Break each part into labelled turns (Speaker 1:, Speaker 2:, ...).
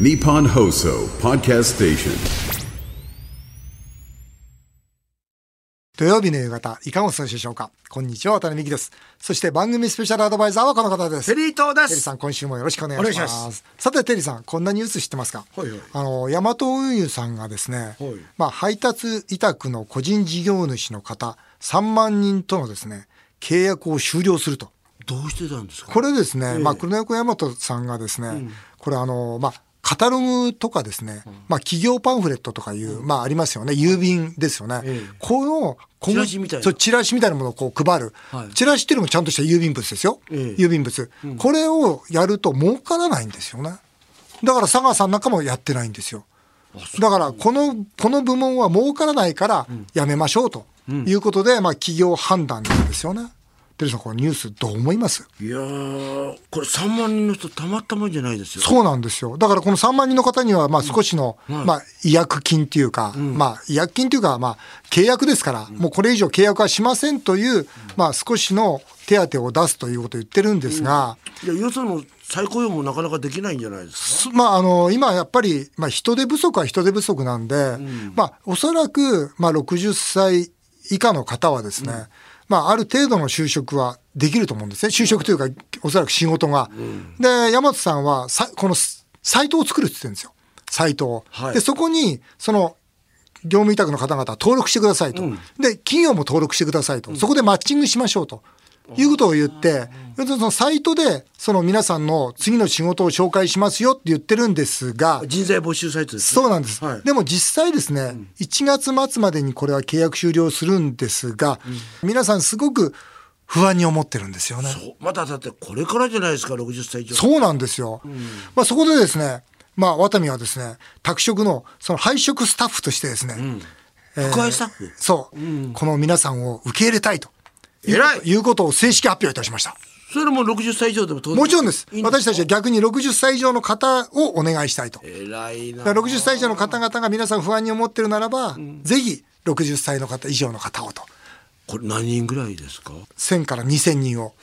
Speaker 1: Nippon Hoso Podcast Station.
Speaker 2: 土曜日の夕方、いかがお過ごしでしょうかこんにちは、渡辺美希です。そして番組スペシャルアドバイザーはこの方です。
Speaker 3: テリー東で
Speaker 2: テリー
Speaker 3: す
Speaker 2: さん、今週もよろしくお願い
Speaker 3: お願い
Speaker 2: し
Speaker 3: し
Speaker 2: ま。
Speaker 3: ますす
Speaker 2: さて、テリーさん、こんなニュース知ってますか、
Speaker 3: はいはい
Speaker 2: あの、ヤマト運輸さんがですね、
Speaker 3: はい
Speaker 2: まあ、配達委託の個人事業主の方、3万人とのですね、契約を終了すると。
Speaker 3: どうしてたんですか
Speaker 2: これですね、まあ、黒猫大和さんがですね、これあの、まあ、カタログとかですね、まあ、企業パンフレットとかいう、まあ、ありますよね、郵便ですよね。
Speaker 3: ええ
Speaker 2: この、この
Speaker 3: チラシみたいな
Speaker 2: そう、チラシみたいなものをこう配る。
Speaker 3: はい
Speaker 2: チラシっていうのもちゃんとした郵便物ですよ。
Speaker 3: ええ
Speaker 2: 郵便物、これをやると儲からないんですよね。だから佐川さんなんかもやってないんですよ。だからこのこの部門は儲からないからやめましょうということで、まあ、企業判断なんですよね。テリーさんこのニュースどう思います
Speaker 3: いやーこれ3万人の人たまったもんじゃないですよ
Speaker 2: そうなんですよ。だからこの3万人の方には、まあ少しの、まあ違約金っていうか、まあ違約金というか、まあ契約ですから、もうこれ以上契約はしませんという、まあ少しの手当を出すということを言ってるんですが、
Speaker 3: いやよその再雇用もなかなかできないんじゃないですか
Speaker 2: すまあ、あの今やっぱり、まあ、人手不足は人手不足なんで、まあ、おそらく、まあ、60歳以下の方はですね、まあ、ある程度の就職はできると思うんですね就職というかおそらく仕事が。で山本さんはさこのササイトを作るって言ってるんですよサイトを。
Speaker 3: はい
Speaker 2: でそこにその業務委託の方々は登録してくださいと、で企業も登録してくださいと、そこでマッチングしましょうということを言って、要するにそのサイトでその皆さんの次の仕事を紹介しますよって言ってるんですが、
Speaker 3: 人材募集サイトですね
Speaker 2: そうなんです、
Speaker 3: はい、
Speaker 2: でも実際ですね、1月末までにこれは契約終了するんですが、皆さんすごく不安に思ってるんですよね。
Speaker 3: そうまただってこれからじゃないですか60歳以上
Speaker 2: そうなんですよ。まあ、そこでですね、まあ、ワタミはですね、宅食の、その配食スタッフとしてですね、えー
Speaker 3: 宅配スタッフ
Speaker 2: そう、この皆さんを受け入れたいと。
Speaker 3: 偉いう
Speaker 2: いうことを正式発表いたしました。
Speaker 3: それも60歳以上でも当然
Speaker 2: もちろんです。
Speaker 3: いい
Speaker 2: 私たちは逆に60歳以上の方をお願いしたいと。
Speaker 3: 偉いな
Speaker 2: だから60歳以上の方々が皆さん不安に思ってるならば、ぜひ60歳の方以上の方をと、
Speaker 3: これ何人ぐらいですか
Speaker 2: 1000から2000人を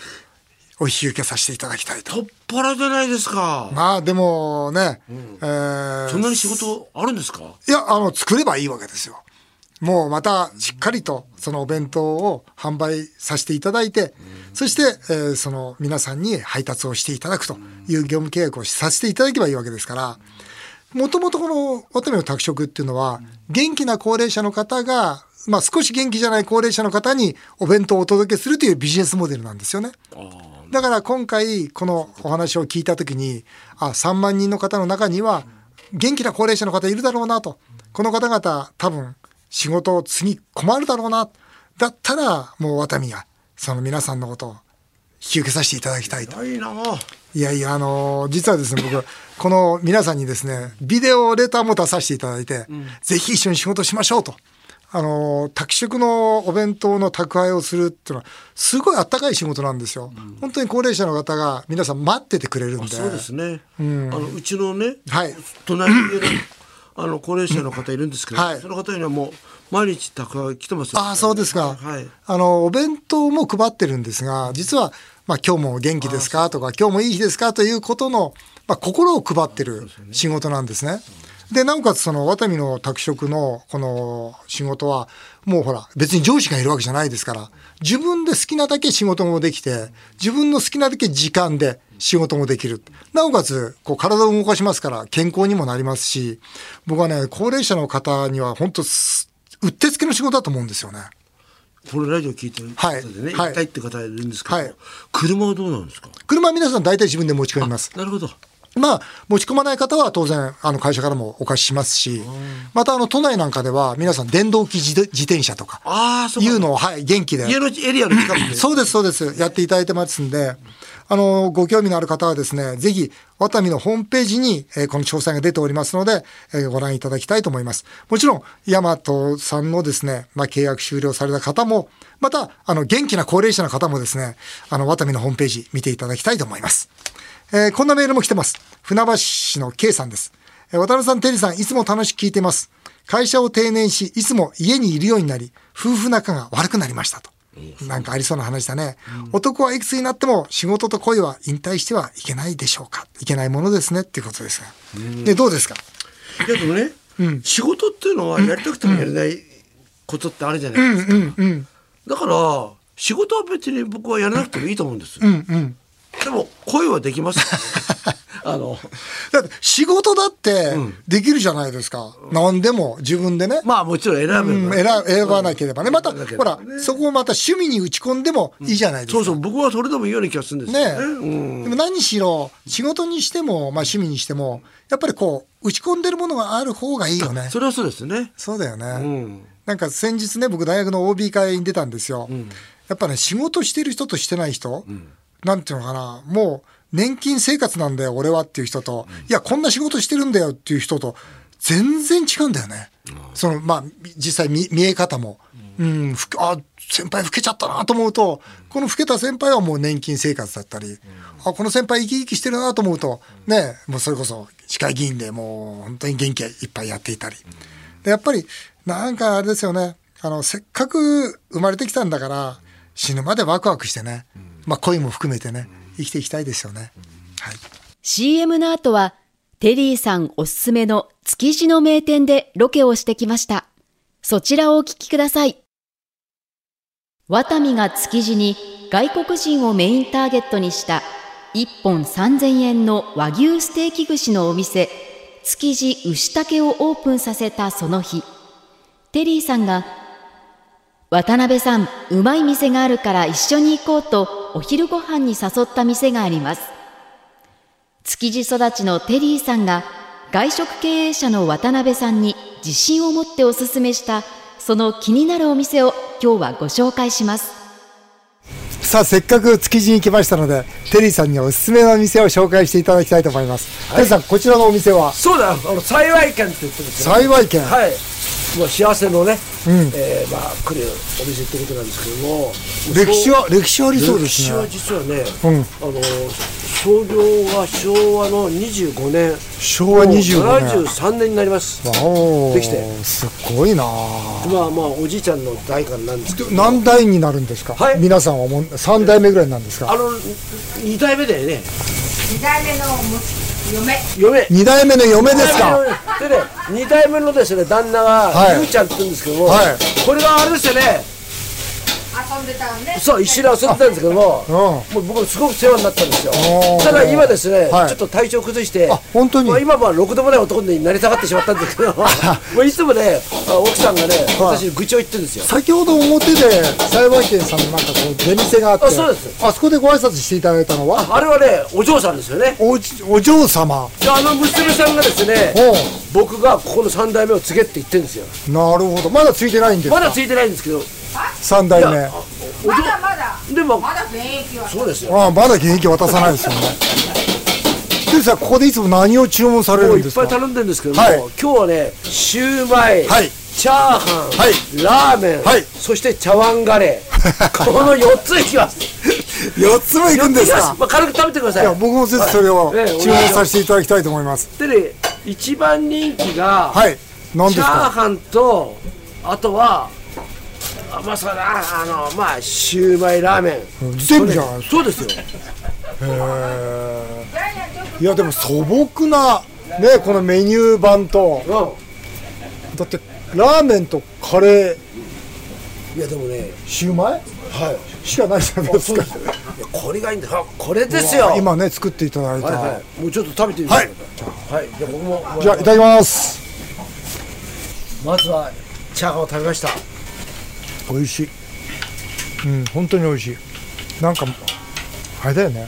Speaker 2: お引き受けさせていただきたいと。
Speaker 3: とっぱらじゃないですか、
Speaker 2: まあでもね、えー
Speaker 3: そんなに仕事あるんですか
Speaker 2: いや、あの、作ればいいわけですよ。もうまたしっかりとそのお弁当を販売させていただいて、そして、えーその皆さんに配達をしていただくという業務契約をさせていただけばいいわけですから、もともとこのワタミの宅食っていうのは、元気な高齢者の方が、まあ少し元気じゃない高齢者の方にお弁当をお届けするというビジネスモデルなんですよね。だから今回このお話を聞いた時にあ3万人の方の中には元気な高齢者の方いるだろうなとこの方々多分仕事を次困るだろうなだったらもうワタミがその皆さんのことを引き受けさせていただきたいと
Speaker 3: 偉いない
Speaker 2: やいやあのー実はですね僕この皆さんにですねビデオレターも出させていただいて、ぜひ一緒に仕事しましょうと。あのー宅食のお弁当の宅配をするっていうのはすごいあったかい仕事なんですよ、本当に高齢者の方が皆さん待っててくれるんで
Speaker 3: そうですね、あのうちのね、
Speaker 2: はい
Speaker 3: 隣にいるあの高齢者の方いるんですけど、
Speaker 2: はい
Speaker 3: その方にはもう毎日宅配来てますよ
Speaker 2: ああそうですか、
Speaker 3: はい、
Speaker 2: あのお弁当も配ってるんですが実は、まあ、今日も元気ですかとか今日もいい日ですかということの、まあ、心を配ってる仕事なんですね。でなおかつそのワタミの宅食のこの仕事はもうほら別に上司がいるわけじゃないですから自分で好きなだけ仕事もできて自分の好きなだけ時間で仕事もできるなおかつこう体を動かしますから健康にもなりますし僕はね高齢者の方には本当すうってつけの仕事だと思うんですよね。
Speaker 3: これラジオ聞いてる方でね、
Speaker 2: はい
Speaker 3: 行きたいって方いるんですけど、
Speaker 2: はい
Speaker 3: 車はどうなんですか
Speaker 2: 車は皆さん大体自分で持ち込みます。
Speaker 3: なるほど
Speaker 2: まあ、持ち込まない方は当然、あの、会社からもお貸ししますし、また、あの、都内なんかでは、皆さん、電動機自転自転車とか、
Speaker 3: ああそう
Speaker 2: い
Speaker 3: か
Speaker 2: うのを、はい、元気で。
Speaker 3: 家のエリアの近くで
Speaker 2: そうです、そうです。やっていただいてますんで、あの、ご興味のある方はですね、ぜひ、ワタミのホームページに、えーこの詳細が出ておりますので、えーご覧いただきたいと思います。もちろん、ヤマトさんのですね、まあ、契約終了された方も、また、あの、元気な高齢者の方もですね、あの、ワタミのホームページ見ていただきたいと思います。えーこんなメールも来てます。船橋市の K さんです。えー渡辺さん、テリーさん、いつも楽しく聞いています。会社を定年し、いつも家にいるようになり、夫婦仲が悪くなりましたと。なんかありそうな話だね、男はいくつになっても仕事と恋は引退してはいけないでしょうかいけないものですねっていうことですが、でどうですか
Speaker 4: いやでもね、仕事っていうのはやりたくてもやれないことってあるじゃないですか、だから仕事は別に僕はやらなくてもいいと思うんです、でも恋はできます あの
Speaker 2: だって仕事だってできるじゃないですか、何でも自分でね、
Speaker 4: まあもちろん選べば、
Speaker 2: うん、選選ばなければねまた
Speaker 4: 選ばなけ
Speaker 2: ほ
Speaker 4: れば
Speaker 2: ら
Speaker 4: ね
Speaker 2: そこをまた趣味に打ち込んでもいいじゃないですか、
Speaker 4: そうそう僕はそれでもいいような気がするんです
Speaker 2: ね
Speaker 4: よ
Speaker 2: え
Speaker 4: ねうん
Speaker 2: でも何しろ仕事にしても、まあ、趣味にしてもやっぱりこう打ち込んでるものがある方がいいよね
Speaker 4: それはそうですね
Speaker 2: そうだよね、
Speaker 4: ん
Speaker 2: なんか先日ね僕大学の OB 会に出たんですよ、やっぱね仕事してる人としてない人、なんていうのかなもう年金生活なんだよ俺はっていう人と、いやこんな仕事してるんだよっていう人と全然違うんだよね、そのまあ実際見見え方も、うん、ふあ先輩老けちゃったなと思うとこの老けた先輩はもう年金生活だったり、あこの先輩生き生きしてるなと思うとねもうそれこそ市会議員でもう本当に元気いっぱいやっていたり。でやっぱりなんかあれですよねあのせっかく生まれてきたんだから死ぬまでワクワクしてね、まあ、恋も含めてね生きていきたいですよね。はい
Speaker 5: CM の後は、テリーさんおすすめの築地の名店でロケをしてきました。そちらをお聞きください。ワタミが築地に外国人をメインターゲットにした1本3000円の和牛ステーキ串のお店、築地牛竹をオープンさせたその日、テリーさんが渡辺さん、うまい店があるから一緒に行こうとお昼ご飯に誘った店があります。築地育ちのテリーさんが外食経営者の渡辺さんに自信を持っておすすめしたその気になるお店を今日はご紹介します
Speaker 2: さあせっかく築地に来ましたのでテリーさんにおすすめの店を紹介していただきたいと思います。テリーさんこちらのお店は
Speaker 3: そうだあの幸い券って言ってですね
Speaker 2: 幸い券
Speaker 3: はいまあ幸せのね、えーまあ来るお店ってことなんですけども
Speaker 2: 歴史は歴史ありそうで
Speaker 3: 歴
Speaker 2: す
Speaker 3: 史は
Speaker 2: ね。
Speaker 3: 実はね、あの創業が昭和の25年
Speaker 2: 昭和25年
Speaker 3: もう73年になります
Speaker 2: わお
Speaker 3: できて
Speaker 2: すごいな
Speaker 3: まあまあおじいちゃんの代からなんですけど
Speaker 2: 何代になるんですか、
Speaker 3: はい
Speaker 2: 皆さんはもう3代目ぐらいなんです
Speaker 3: あ
Speaker 2: か
Speaker 3: の2代目だよね
Speaker 6: 二代目の息子嫁
Speaker 3: 嫁
Speaker 2: 2代目の嫁ですか
Speaker 3: でね、二代目のですね、旦那が、
Speaker 2: はい
Speaker 3: ゆうちゃんって言うんですけども、
Speaker 2: はい
Speaker 3: これがあれですよね、
Speaker 6: 遊んでたわね
Speaker 3: そう、一緒に遊んでたんですけども、
Speaker 2: うん
Speaker 3: もう僕、すごく世話になったんですよ
Speaker 2: おー。
Speaker 3: ただ今ですね、
Speaker 2: はい
Speaker 3: ちょっと体調崩して、
Speaker 2: あ本当に
Speaker 3: まあ、今はろくでもない男になりたがってしまったんですけ ど、もういつもね、あ奥さんがね、
Speaker 2: はい
Speaker 3: 私に愚痴を言ってるんですよ。
Speaker 2: 先ほど表で幸い軒さんのなんかこう出店があって
Speaker 3: あそうです
Speaker 2: あそこでご挨拶していただいたのは
Speaker 3: あれはね、お嬢さんですよね。
Speaker 2: おじお嬢様
Speaker 3: であの娘さんがですね
Speaker 2: おう、
Speaker 3: 僕がここの三代目を告げって言ってるんですよ。
Speaker 2: なるほどまだついてないんです
Speaker 3: ま
Speaker 2: か
Speaker 3: だついてないんですけど、
Speaker 2: 3代
Speaker 3: い
Speaker 2: 目
Speaker 3: や
Speaker 2: あ
Speaker 6: まだまだ
Speaker 3: でも、
Speaker 6: まだ現役は
Speaker 3: そうですよ。
Speaker 2: あまだ現役渡さないですよねでさんここでいつも何を注文され
Speaker 3: も
Speaker 2: る
Speaker 3: うんい
Speaker 2: で
Speaker 3: っ
Speaker 2: すか
Speaker 3: ぱい頼んでるんですけども、
Speaker 2: はい
Speaker 3: 今日はねシューマイ、
Speaker 2: はい
Speaker 3: チャーハン、
Speaker 2: はい
Speaker 3: ラーメン、
Speaker 2: はい
Speaker 3: そして茶碗 ガレーこの4ついきます
Speaker 2: 4つも行くんです
Speaker 3: 四ついきま
Speaker 2: か
Speaker 3: まあ、軽く食べてくださ
Speaker 2: い
Speaker 3: い
Speaker 2: や僕もぜひそれを
Speaker 3: はいええ
Speaker 2: 注文させていただきたいと思います
Speaker 3: でね一番人気が、
Speaker 2: はい何で
Speaker 3: チ
Speaker 2: す
Speaker 3: ャー
Speaker 2: か
Speaker 3: ハンとあとはあまあそうだなあのまあシューマイラーメン
Speaker 2: 全部じゃないですか
Speaker 3: そうですよ
Speaker 6: ジャイアンちょっと
Speaker 2: いやでも素朴なねこのメニュー版と
Speaker 3: う
Speaker 2: だってラーメンとカレー
Speaker 3: んいやでもね
Speaker 2: シューマイ
Speaker 3: はい
Speaker 2: しかないじゃないですか
Speaker 3: いやこれがいいんだあこれですよ
Speaker 2: 今ね作っていただいた、
Speaker 3: はいはいもうちょっと食べてみてくださいはい、じゃあ僕も
Speaker 2: じゃあいただきます
Speaker 3: まずはチャーハンを食べました
Speaker 2: 美味しいうん本当に美味しいなんかあれだよね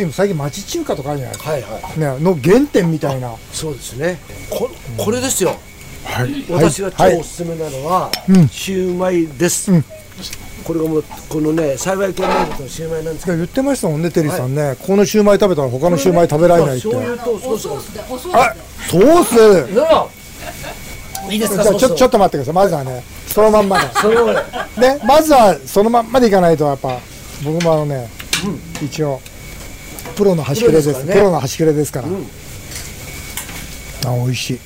Speaker 2: 今最近町中華とかあるじゃないです
Speaker 3: はいはい
Speaker 2: か、ね、の原点みたいな
Speaker 3: そうですねここれですよ
Speaker 2: はい
Speaker 3: 私が
Speaker 2: はい
Speaker 3: 超おすすめなのは、
Speaker 2: うん
Speaker 3: シューマイです、これがもうこのね幸い系名物のシューマイなんですけ
Speaker 2: 言ってましたもんねテリーさんね、このシューマイ食べたら他のシューマイ食べられないって、
Speaker 3: ど醤油とソ
Speaker 6: お
Speaker 3: ース
Speaker 6: ソ
Speaker 3: が
Speaker 6: ースでおソース
Speaker 2: あソース
Speaker 3: いいです
Speaker 2: じゃ
Speaker 3: か
Speaker 2: あ
Speaker 3: ソー
Speaker 2: ち
Speaker 3: ス
Speaker 2: ょちょっと待ってくださいまずはねそのまんまで
Speaker 3: それをね
Speaker 2: ね、まずはそのまんまでいかないとやっぱ僕もあのね、一応プロの端くれです
Speaker 3: プロですから
Speaker 2: プ
Speaker 3: ね
Speaker 2: ロの端くれですから、あ美味しい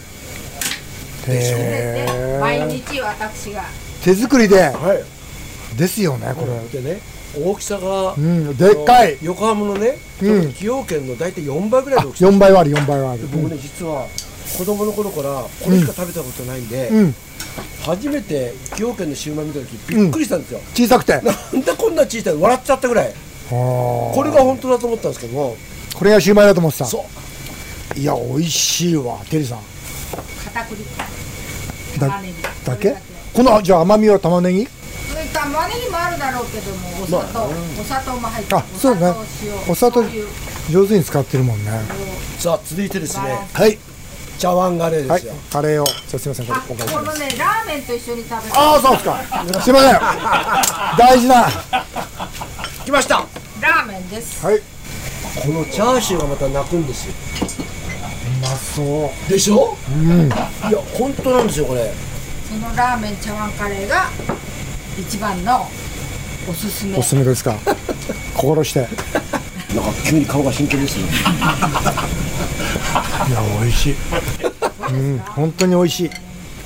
Speaker 2: へ
Speaker 6: で毎日私が
Speaker 2: ー手作りで
Speaker 3: はい
Speaker 2: ですよねこれ、
Speaker 3: でね大きさが、
Speaker 2: うんでっかい
Speaker 3: あの横浜のね、
Speaker 2: うん
Speaker 3: 崎陽軒の大体4倍ぐらいの大きさ
Speaker 2: 4倍はある4倍はある、
Speaker 3: 僕ね実は子供の頃からこれしか食べたことないんで、
Speaker 2: うん
Speaker 3: 初めて崎陽軒のシューマイ見た時びっくりしたんですよ、
Speaker 2: 小さくて
Speaker 3: なんだこんな小さい笑っちゃったぐらい
Speaker 2: こ
Speaker 3: これが本当だと思ったんですけども
Speaker 2: これがシューマイだと思ってた
Speaker 3: そ
Speaker 2: いや美味しいわテリーさん
Speaker 6: 片栗粉
Speaker 2: だ
Speaker 6: 玉ねぎ
Speaker 2: だけこのあじゃあ甘みは玉ねぎ
Speaker 6: それ玉ねぎもあるだろうけどもお砂糖、お砂糖も入ってる
Speaker 2: あそうねお
Speaker 6: お
Speaker 2: 砂
Speaker 6: 砂
Speaker 2: 糖
Speaker 6: 糖塩
Speaker 2: 上手に使ってるもんね
Speaker 3: うさあ続いてですね
Speaker 2: はい
Speaker 3: 茶碗ガレーで
Speaker 2: はい
Speaker 3: すよ、
Speaker 2: カレーをじゃあすみませんこれお
Speaker 6: こ
Speaker 2: 返しし
Speaker 6: こ
Speaker 2: ま
Speaker 6: の
Speaker 2: す
Speaker 6: ねラーメンと一緒に食べる
Speaker 2: ああそうですかすいません大事なは
Speaker 3: 来ました
Speaker 6: ラーメンです
Speaker 2: いう
Speaker 3: このチャーシューがまた泣くんですよ
Speaker 2: まそう
Speaker 3: でしょ、うん、いや本当なんですよこれ
Speaker 6: そのラーメン茶碗カレーが一番のおすすめ
Speaker 2: おすすめですか心していや
Speaker 3: なんか急に顔が真剣ですよ
Speaker 2: 美味しいうん本当に美味しい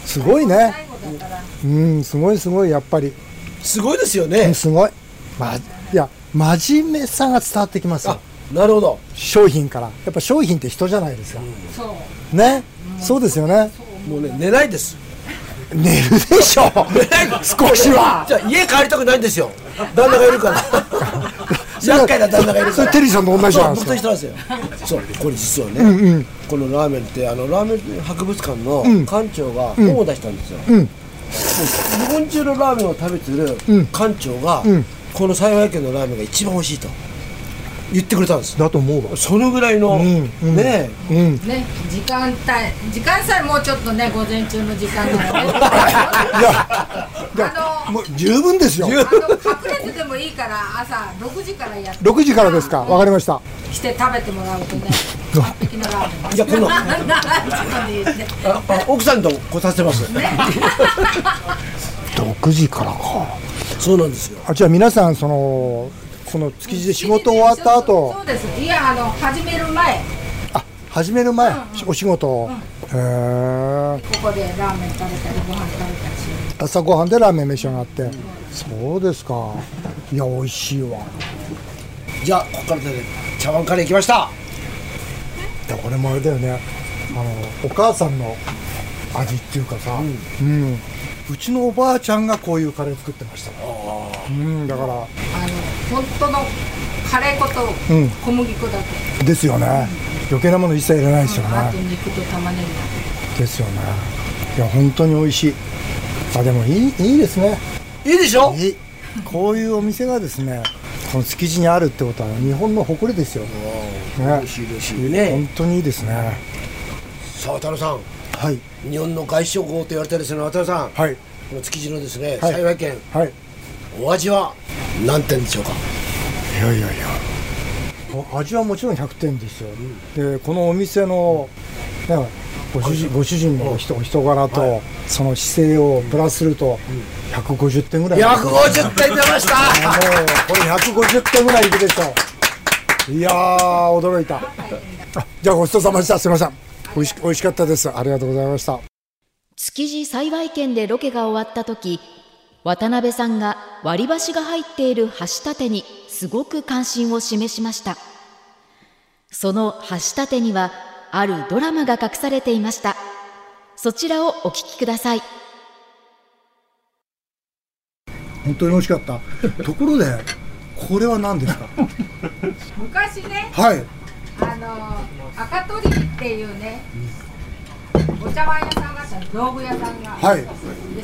Speaker 2: すごいね
Speaker 6: 最後だから
Speaker 2: うんすごいすごいやっぱり
Speaker 3: すごいですよ
Speaker 2: う
Speaker 3: ね
Speaker 2: んすごいまいや真面目さが伝わってきますよ
Speaker 3: あなるほど
Speaker 2: 商品からやっぱ商品って人じゃないですか、
Speaker 6: そう
Speaker 2: ねそうですよね
Speaker 3: もうね寝ないです
Speaker 2: 寝るでしょ少しは
Speaker 3: じゃあ家帰りたくないんですよ旦那がいるから厄介な旦那がいる
Speaker 2: そ
Speaker 3: か
Speaker 2: れ
Speaker 3: ら
Speaker 2: テリーさんと同じじゃない
Speaker 3: そう
Speaker 2: ですか
Speaker 3: 僕と一緒なんですよそうこれ実はね、このラーメンってあのラーメン博物館の館長が本を出したんですよ、もう日本中のラーメンを食べてる館長が、この幸い県のラーメンが一番美味しいと言ってくれたんです
Speaker 2: だと思うわ
Speaker 3: そのぐらいの、
Speaker 2: んうん
Speaker 3: ねえ
Speaker 6: ね時間帯時間さえもうちょっとね午前中の時間だよね あの
Speaker 2: もう十分ですよ
Speaker 6: あの隠れてでもいいから朝6時からやって
Speaker 2: 6時からですかわかりました
Speaker 6: 来て食べてもらうとね完璧なラーメン
Speaker 3: いやこの
Speaker 6: なんていうのね
Speaker 3: ああ奥さんとこたせてます
Speaker 2: 6時からか
Speaker 3: そうなんですよ
Speaker 2: あじゃあ皆さんそのこの築地で仕事終わった後
Speaker 6: そうですいやあの始める前
Speaker 2: あ始める前、お仕事を、へえ
Speaker 6: ここでラーメン食べたりご飯食べたりしよ
Speaker 2: 朝ごはんでラーメン召し上がって、そうですかいや美味しいわ
Speaker 3: じゃあここからね茶碗カレー行きました
Speaker 2: いやこれもあれだよねあのお母さんの味っていうかさ、うんうちのおばあちゃんがこういうカレー作ってましたうんだから
Speaker 6: うあの本当のカレー粉と
Speaker 2: うん
Speaker 6: 小麦粉だけ、
Speaker 2: ですよね余計なもの一切いらないですよ
Speaker 6: あと
Speaker 2: ね、
Speaker 6: 肉と玉ねぎだ
Speaker 2: ですよねいや本当に美味しいあでもいいいいですね
Speaker 3: いいでしょ
Speaker 2: いいこういうお店がですねこの築地にあるってことは日本の誇りですよ、ね、
Speaker 3: しい嬉しいね
Speaker 2: 本当にいいですね
Speaker 3: さあ渡辺さん
Speaker 2: はい
Speaker 3: 日本の外食王と言われてるですね渡辺さん、
Speaker 2: はい
Speaker 3: この築地のですね、
Speaker 2: はい
Speaker 3: 幸い県
Speaker 2: はい
Speaker 3: お味は何点でしょうか
Speaker 2: いやいやいや味はもちろん100点ですよ、でこのお店の、ね、ご主人ご主人のお人お人柄と、その姿勢をプラスすると150点ぐらい
Speaker 3: 150点出ました
Speaker 2: もうこれ150点ぐらいいくでしょいやー驚いたあじゃあごちそうさまでしたすいませんおいし美味しかったですありがとうございました
Speaker 5: 築地幸い県でロケが終わった時渡辺さんが割り箸が入っている箸立てにすごく関心を示しましたその箸立てにはあるドラマが隠されていましたそちらをお聞きください
Speaker 2: 本当に美味しかったところでこれは何ですか
Speaker 6: 昔ね
Speaker 2: はい
Speaker 6: あの赤鳥っていうねお茶碗屋さんがあった道具屋さんが、
Speaker 2: はい
Speaker 6: で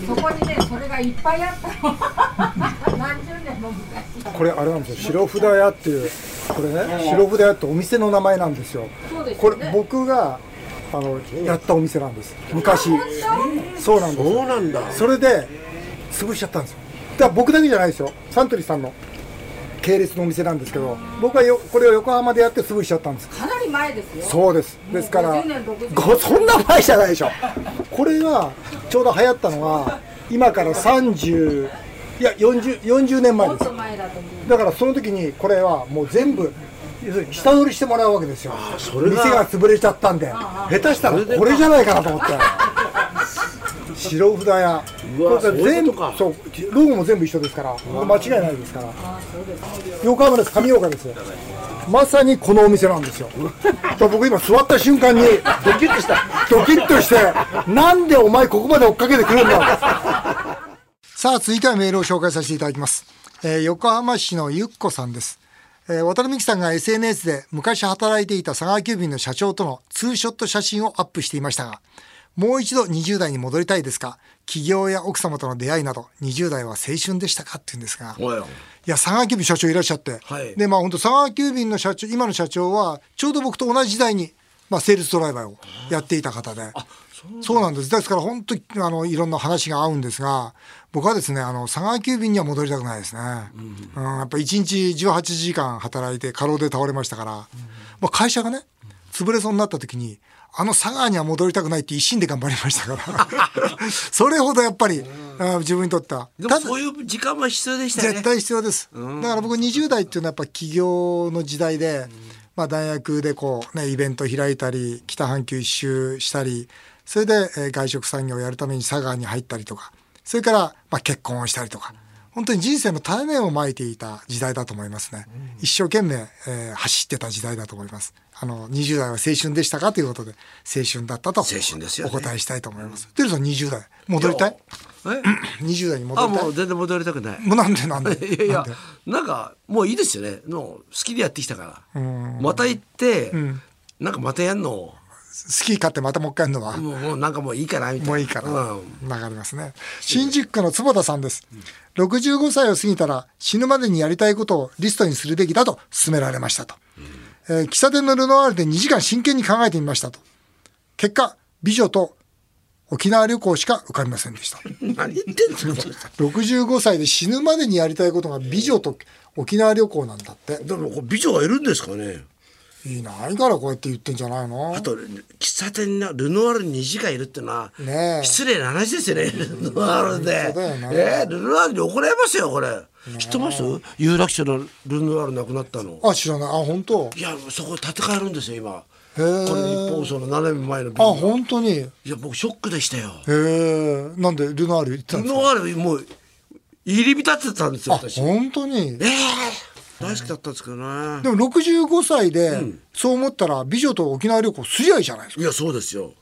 Speaker 6: そこにねそれがいっぱいあったの 何十年も昔
Speaker 2: これあれなんですよ白札屋っていうこれね白札屋ってお店の名前なんですよ
Speaker 6: そうです
Speaker 2: こ
Speaker 6: よね
Speaker 2: れ僕があのやったお店なんです昔そうなんです
Speaker 3: そうなんだ
Speaker 2: それで潰しちゃったんですよだから僕だけじゃないですよサントリーさんの系列のお店なんですけど僕はよこれを横浜でやって潰しちゃったんです
Speaker 6: かなり前ですよ
Speaker 2: そうですですから
Speaker 6: 50年60年
Speaker 2: ごそんな前じゃないでしょこれがちょうど流行ったのは今から30いや 40, 40年前
Speaker 6: も
Speaker 2: で
Speaker 6: っ
Speaker 2: す
Speaker 6: と前だと思う
Speaker 2: だからその時にこれはもう全部要するに下取りしてもらうわけですよ
Speaker 3: れが
Speaker 2: 店が潰れちゃったんで下手したらこれじゃないかなと思って白札屋
Speaker 3: うわ
Speaker 2: これ
Speaker 3: そういうこ
Speaker 2: 全
Speaker 3: とか
Speaker 2: 部そうロゴも全部一緒ですから間違いないですから横浜です上岡ですまさにこのお店なんですよと僕今座った瞬間にドキッとしたドキッとしてなんでお前ここまで追っかけてくるんださあ、続いてはメールを紹介させていただきます。えー横浜市のゆっこさんです。えー渡辺美樹さんが SNS で昔働いていた佐川急便の社長とのツーショット写真をアップしていましたが、もう一度20代に戻りたいですか起業や奥様との出会いなど、20代は青春でしたかって言うんですが。
Speaker 3: おい
Speaker 2: いや、佐川急便社長いらっしゃって。
Speaker 3: はい
Speaker 2: で、まあ本当佐川急便の社長、今の社長は、ちょうど僕と同じ時代に、まあセールスドライバーをやっていた方で。そうなんです。ですから本当に、あの、いろんな話が合うんですが、僕はですね、あの、佐川急便には戻りたくないですね。うん、やっぱ1日18時間働いて過労で倒れましたから、まあ会社がね、潰れそうになった時に、あの佐川には戻りたくないって一心で頑張りました から。それほどやっぱり、あ自分にとっては。
Speaker 3: で
Speaker 2: た
Speaker 3: も
Speaker 2: だ
Speaker 3: そういう時間は必要でしたよね
Speaker 2: 絶対必要です、だから僕20代っていうのはやっぱ起業の時代で、まあ、大学でこうねイベント開いたり北半球一周したりそれで、えー外食産業をやるために佐賀に入ったりとかそれから、まあ、結婚をしたりとか本当に人生の対面をまいていた時代だと思いますね、一生懸命、えー走ってた時代だと思いますあの20代は青春でしたかということで青春だったと
Speaker 3: 青春ですよ
Speaker 2: お
Speaker 3: ね
Speaker 2: 答えしたいと思います、テルさん20代戻りたい
Speaker 3: え
Speaker 2: 20代に戻
Speaker 3: あ
Speaker 2: りたい
Speaker 3: もう全然戻りたくない
Speaker 2: もうなんでなんで
Speaker 3: いやい
Speaker 2: な
Speaker 3: や
Speaker 2: んで
Speaker 3: なんかもういいですよねもう好きでやってきたからまた行って、なんかまたやんの
Speaker 2: スキー買ってまたもう一回やるのは、
Speaker 3: もうもうなんかもういいかなみたいな
Speaker 2: もういいから、
Speaker 3: うん
Speaker 2: わかりますね。新宿区の坪田さんです。65歳を過ぎたら死ぬまでにやりたいことをリストにするべきだと勧められましたと。えー喫茶店のルノワールで2時間真剣に考えてみましたと。結果、美女と沖縄旅行しか浮かびませんでした。
Speaker 3: 何言ってんの
Speaker 2: 65歳で死ぬまでにやりたいことが美女と沖縄旅行なんだって。
Speaker 3: でもこう美女がいるんですかね
Speaker 2: いいないからこうやって言ってんじゃないの
Speaker 3: あと喫茶店のルノワールに2時間いるってのは、
Speaker 2: ねえ
Speaker 3: 失礼な話ですよねルノワールで
Speaker 2: 本、当だよね
Speaker 3: ええルノワールに怒られますよこれ、知ってます有楽町のルノワールなくなったの
Speaker 2: あ、知らない。あ、本当。
Speaker 3: いやそこ建て替えるんですよ今これ
Speaker 2: ー
Speaker 3: 日本放送の斜め前のビ
Speaker 2: あ、
Speaker 3: ル
Speaker 2: 本当に。
Speaker 3: いや僕ショックでしたよ
Speaker 2: へえ、なんでルナール行ってたん
Speaker 3: ル
Speaker 2: です
Speaker 3: ノ
Speaker 2: か
Speaker 3: ワールもう入り浸ってたんですよ
Speaker 2: あ、
Speaker 3: 私
Speaker 2: 本当に
Speaker 3: ええ大好きだったんですけどね
Speaker 2: でも65歳でそう思ったら美女と沖縄旅行すりゃいいじゃないですか
Speaker 3: いやそうですよ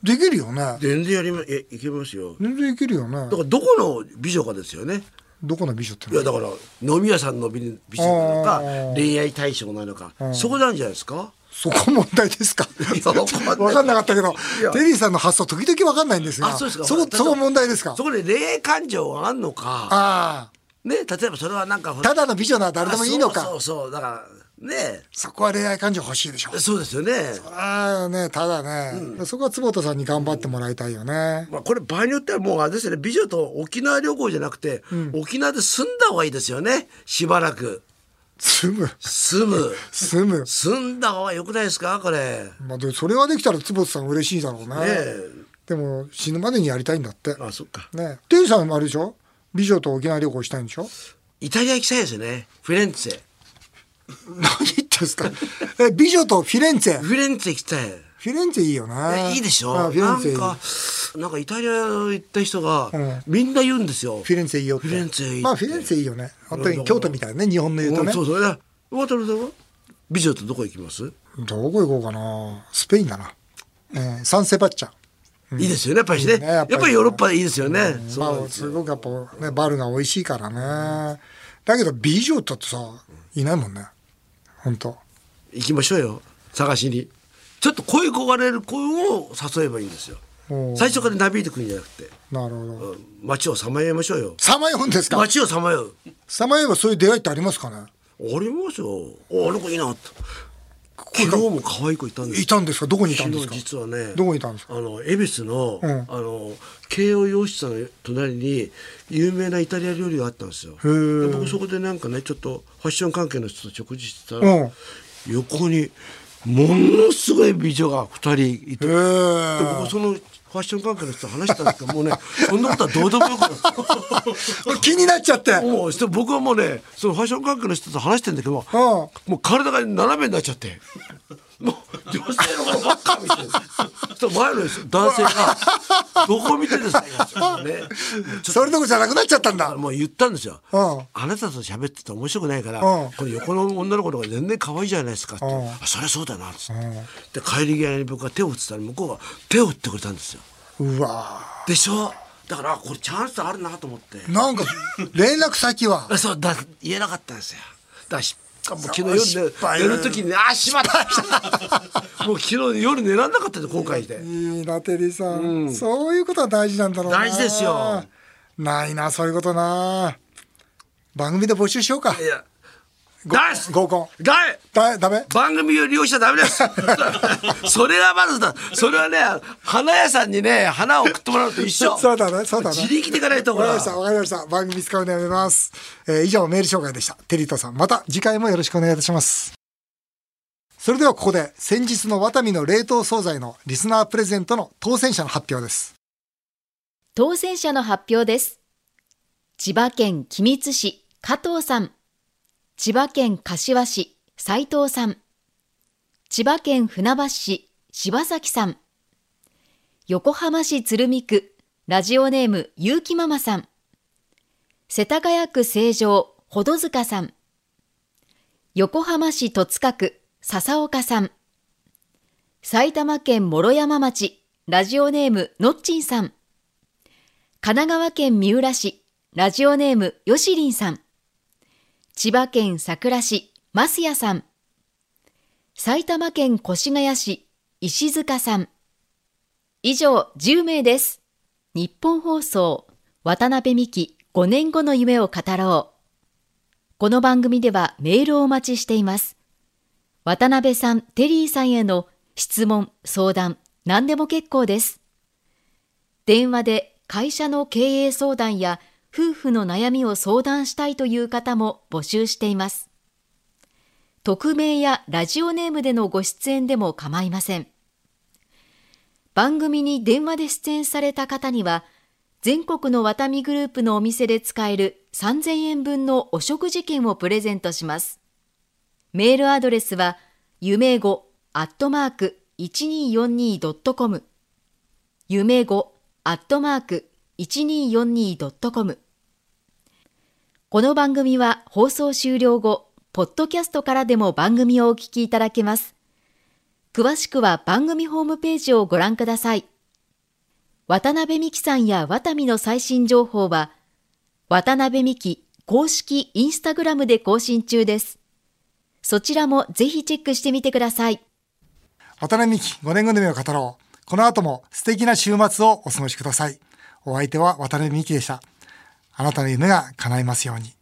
Speaker 2: できるよね
Speaker 3: 全然やりまいやいけますよ
Speaker 2: 全然できるよね
Speaker 3: だからどこの美女かですよね
Speaker 2: どこの美女って
Speaker 3: いやだから飲み屋さんの美美女なのか恋愛対象なのかそこなんじゃないですか
Speaker 2: そこ問題ですか
Speaker 3: いやわかんない
Speaker 2: 分かんなかったけど
Speaker 3: いや
Speaker 2: テリーさんの発想時々分かんないんですが
Speaker 3: あそうですか
Speaker 2: こ
Speaker 3: だ
Speaker 2: そこ問題ですか
Speaker 3: そこで恋愛感情があんのか
Speaker 2: あ
Speaker 3: ね例えばそれはなんかほ
Speaker 2: あ
Speaker 3: ら
Speaker 2: ただの美女なら誰でもいいのか
Speaker 3: あ
Speaker 2: そ
Speaker 3: そうそうそうだからね
Speaker 2: こは恋愛感情欲しいでしょ
Speaker 3: そうですよね
Speaker 2: ああねただね、そこは坪田さんに頑張ってもらいたいよね、
Speaker 3: まあこれ場合によってはもうあれですよね美女と沖縄旅行じゃなくて、沖縄で住んだ方がいいですよねしばらく
Speaker 2: 住む
Speaker 3: 住む
Speaker 2: 住む
Speaker 3: 住んだ方がよくないですかこれね
Speaker 2: まあ、でそれができたら坪田さん嬉しいだろうね
Speaker 3: え
Speaker 2: でも死ぬまでにやりたいんだって
Speaker 3: あそっか
Speaker 2: ねテリーさんもあれでしょ美女と沖縄旅行したいんでし ょ
Speaker 3: イタリア行きたいですねフィレンツェ
Speaker 2: 何言ってんですか え美女とフィレンツェ
Speaker 3: フィレンツェ行きたい
Speaker 2: フィレンツェいいよね
Speaker 3: えいいでしょ
Speaker 2: あ
Speaker 3: な
Speaker 2: フィレン
Speaker 3: ん
Speaker 2: ツェいい
Speaker 3: かなんかイタリア行った人が、
Speaker 2: ん
Speaker 3: みんな言うんですよ
Speaker 2: フィレンツェいいよって
Speaker 3: フィレンツェいいって
Speaker 2: まあフィレンツェいいよね本当
Speaker 3: う
Speaker 2: に
Speaker 3: ん
Speaker 2: 京都みたいなね日本の言うと
Speaker 3: う
Speaker 2: ね
Speaker 3: んそうそうえ渡辺さんは美女とどこ行きます、
Speaker 2: どこ行こうかなスペインだな、えーサンセバスチャン
Speaker 3: いいですよねやっぱりね
Speaker 2: いいねや
Speaker 3: や
Speaker 2: っぱ
Speaker 3: っ
Speaker 2: り
Speaker 3: ぱりヨーロッパでいいですよね、そう
Speaker 2: ま
Speaker 3: なん
Speaker 2: あ
Speaker 3: です
Speaker 2: す
Speaker 3: よ
Speaker 2: ごくやっぱねバルが美味しいからねだけど美女だってさいないもんね本当
Speaker 3: 行きましょうよ探しにちょっと恋焦がれる恋を誘えばいいんですよ
Speaker 2: おー
Speaker 3: 最初からなびいてくるんじゃなくて、
Speaker 2: なるほど
Speaker 3: うん街をさまよいましょうよ
Speaker 2: さまようんですか
Speaker 3: 街をさまよう
Speaker 2: さまよえばそういう出会いってありますかね
Speaker 3: ありますよああの子いいなと昨日も可愛い子いたんです
Speaker 2: いたんですかどこにいたんで
Speaker 3: 昨
Speaker 2: す
Speaker 3: 日
Speaker 2: か
Speaker 3: 実はね
Speaker 2: どこにいたんですか
Speaker 3: あの恵比寿の,、
Speaker 2: ん
Speaker 3: あの慶応洋室さんの隣に有名なイタリア料理があったんですよで
Speaker 2: ー
Speaker 3: 僕そこでなんかねちょっとファッション関係の人と食事してたら、
Speaker 2: うん
Speaker 3: 横にものすごい美女が2人い
Speaker 2: へ
Speaker 3: て、で
Speaker 2: え
Speaker 3: 僕そのファッション関係の人と話したんですけどもうねそんなことはどうでもよくな る
Speaker 2: 気になっちゃってうん
Speaker 3: もうして僕はもうねそのファッション関係の人と話してんだけども、もう体が斜めになっちゃってもう女性のことばっか見てるそう前の男性が「どこ見てるんですか?」ね
Speaker 2: それどころじゃなくなっちゃったんだ。
Speaker 3: もう言ったんですよ、
Speaker 2: うん
Speaker 3: あなたと喋ってて面白くないから、
Speaker 2: うん
Speaker 3: この横の女の子の方が全然可愛いじゃないですかって、
Speaker 2: ん
Speaker 3: あそりゃそうだなっつって、で帰り際に僕が手を打ってたら向こうが手を打ってくれたんですよ
Speaker 2: うわ
Speaker 3: でしょだからあこれチャンスあるなと思って
Speaker 2: ーなんか、連絡先は。
Speaker 3: あそうだ言えなかったんですよだからしもう昨日夜
Speaker 2: 失敗
Speaker 3: 寝寝る時にあしまった もう昨日夜寝らんなかったんで後悔で
Speaker 2: いいなテリーさん、そういうことは大事なんだろうな
Speaker 3: 大事ですよ
Speaker 2: ないなそういうことな番組で募集しようか
Speaker 3: いやダイス
Speaker 2: 合コン
Speaker 3: ダイ
Speaker 2: だダメ
Speaker 3: 番組を利用しちゃダメです。 それがまずだ。それはね、花屋さんにね、花を送ってもらうと一緒。
Speaker 2: そうだねそうだね
Speaker 3: 自力でいかないと、
Speaker 2: わかりま
Speaker 3: ほら
Speaker 2: し。たわかりました番組使うのやめます、えー以上メール紹介でしたテリーとさんまた次回もよろしくお願いいたしますそれではここで先日のワタミの冷凍惣菜のリスナープレゼントの当選者の発表です
Speaker 5: 当選者の発表です。千葉県君津市加藤さん。千葉県柏市斉藤さん。千葉県船橋市柴崎さん。横浜市鶴見区ラジオネームゆうきママさん。世田谷区成城ほど塚さん。横浜市戸塚区笹岡さん。埼玉県諸山町ラジオネームのっちんさん。神奈川県三浦市、ラジオネームよしりんさん。千葉県佐倉市、ますやさん。埼玉県越谷市、石塚さん。以上、10名です。日本放送、渡辺美希5年後の夢を語ろう。この番組ではメールをお待ちしています。渡辺さん、テリーさんへの質問、相談、何でも結構です。電話で会社の経営相談や夫婦の悩みを相談したいという方も募集しています。匿名やラジオネームでのご出演でも構いません。番組に電話で出演された方には、全国のワタミグループのお店で使える3000円分のお食事券をプレゼントします。メールアドレスは、夢語アットマーク 1242.com 夢語アットマーク 1242.com この番組は放送終了後、ポッドキャストからでも番組をお聞きいただけます。詳しくは番組ホームページをご覧ください。渡辺美希さんや渡美の最新情報は、渡辺美希公式インスタグラムで更新中です。そちらもぜひチェックしてみてください。
Speaker 2: 渡辺美希5年後の夢を語ろう。この後も素敵な週末をお過ごしください。お相手は渡辺美希でした。あなたの夢が叶いますように。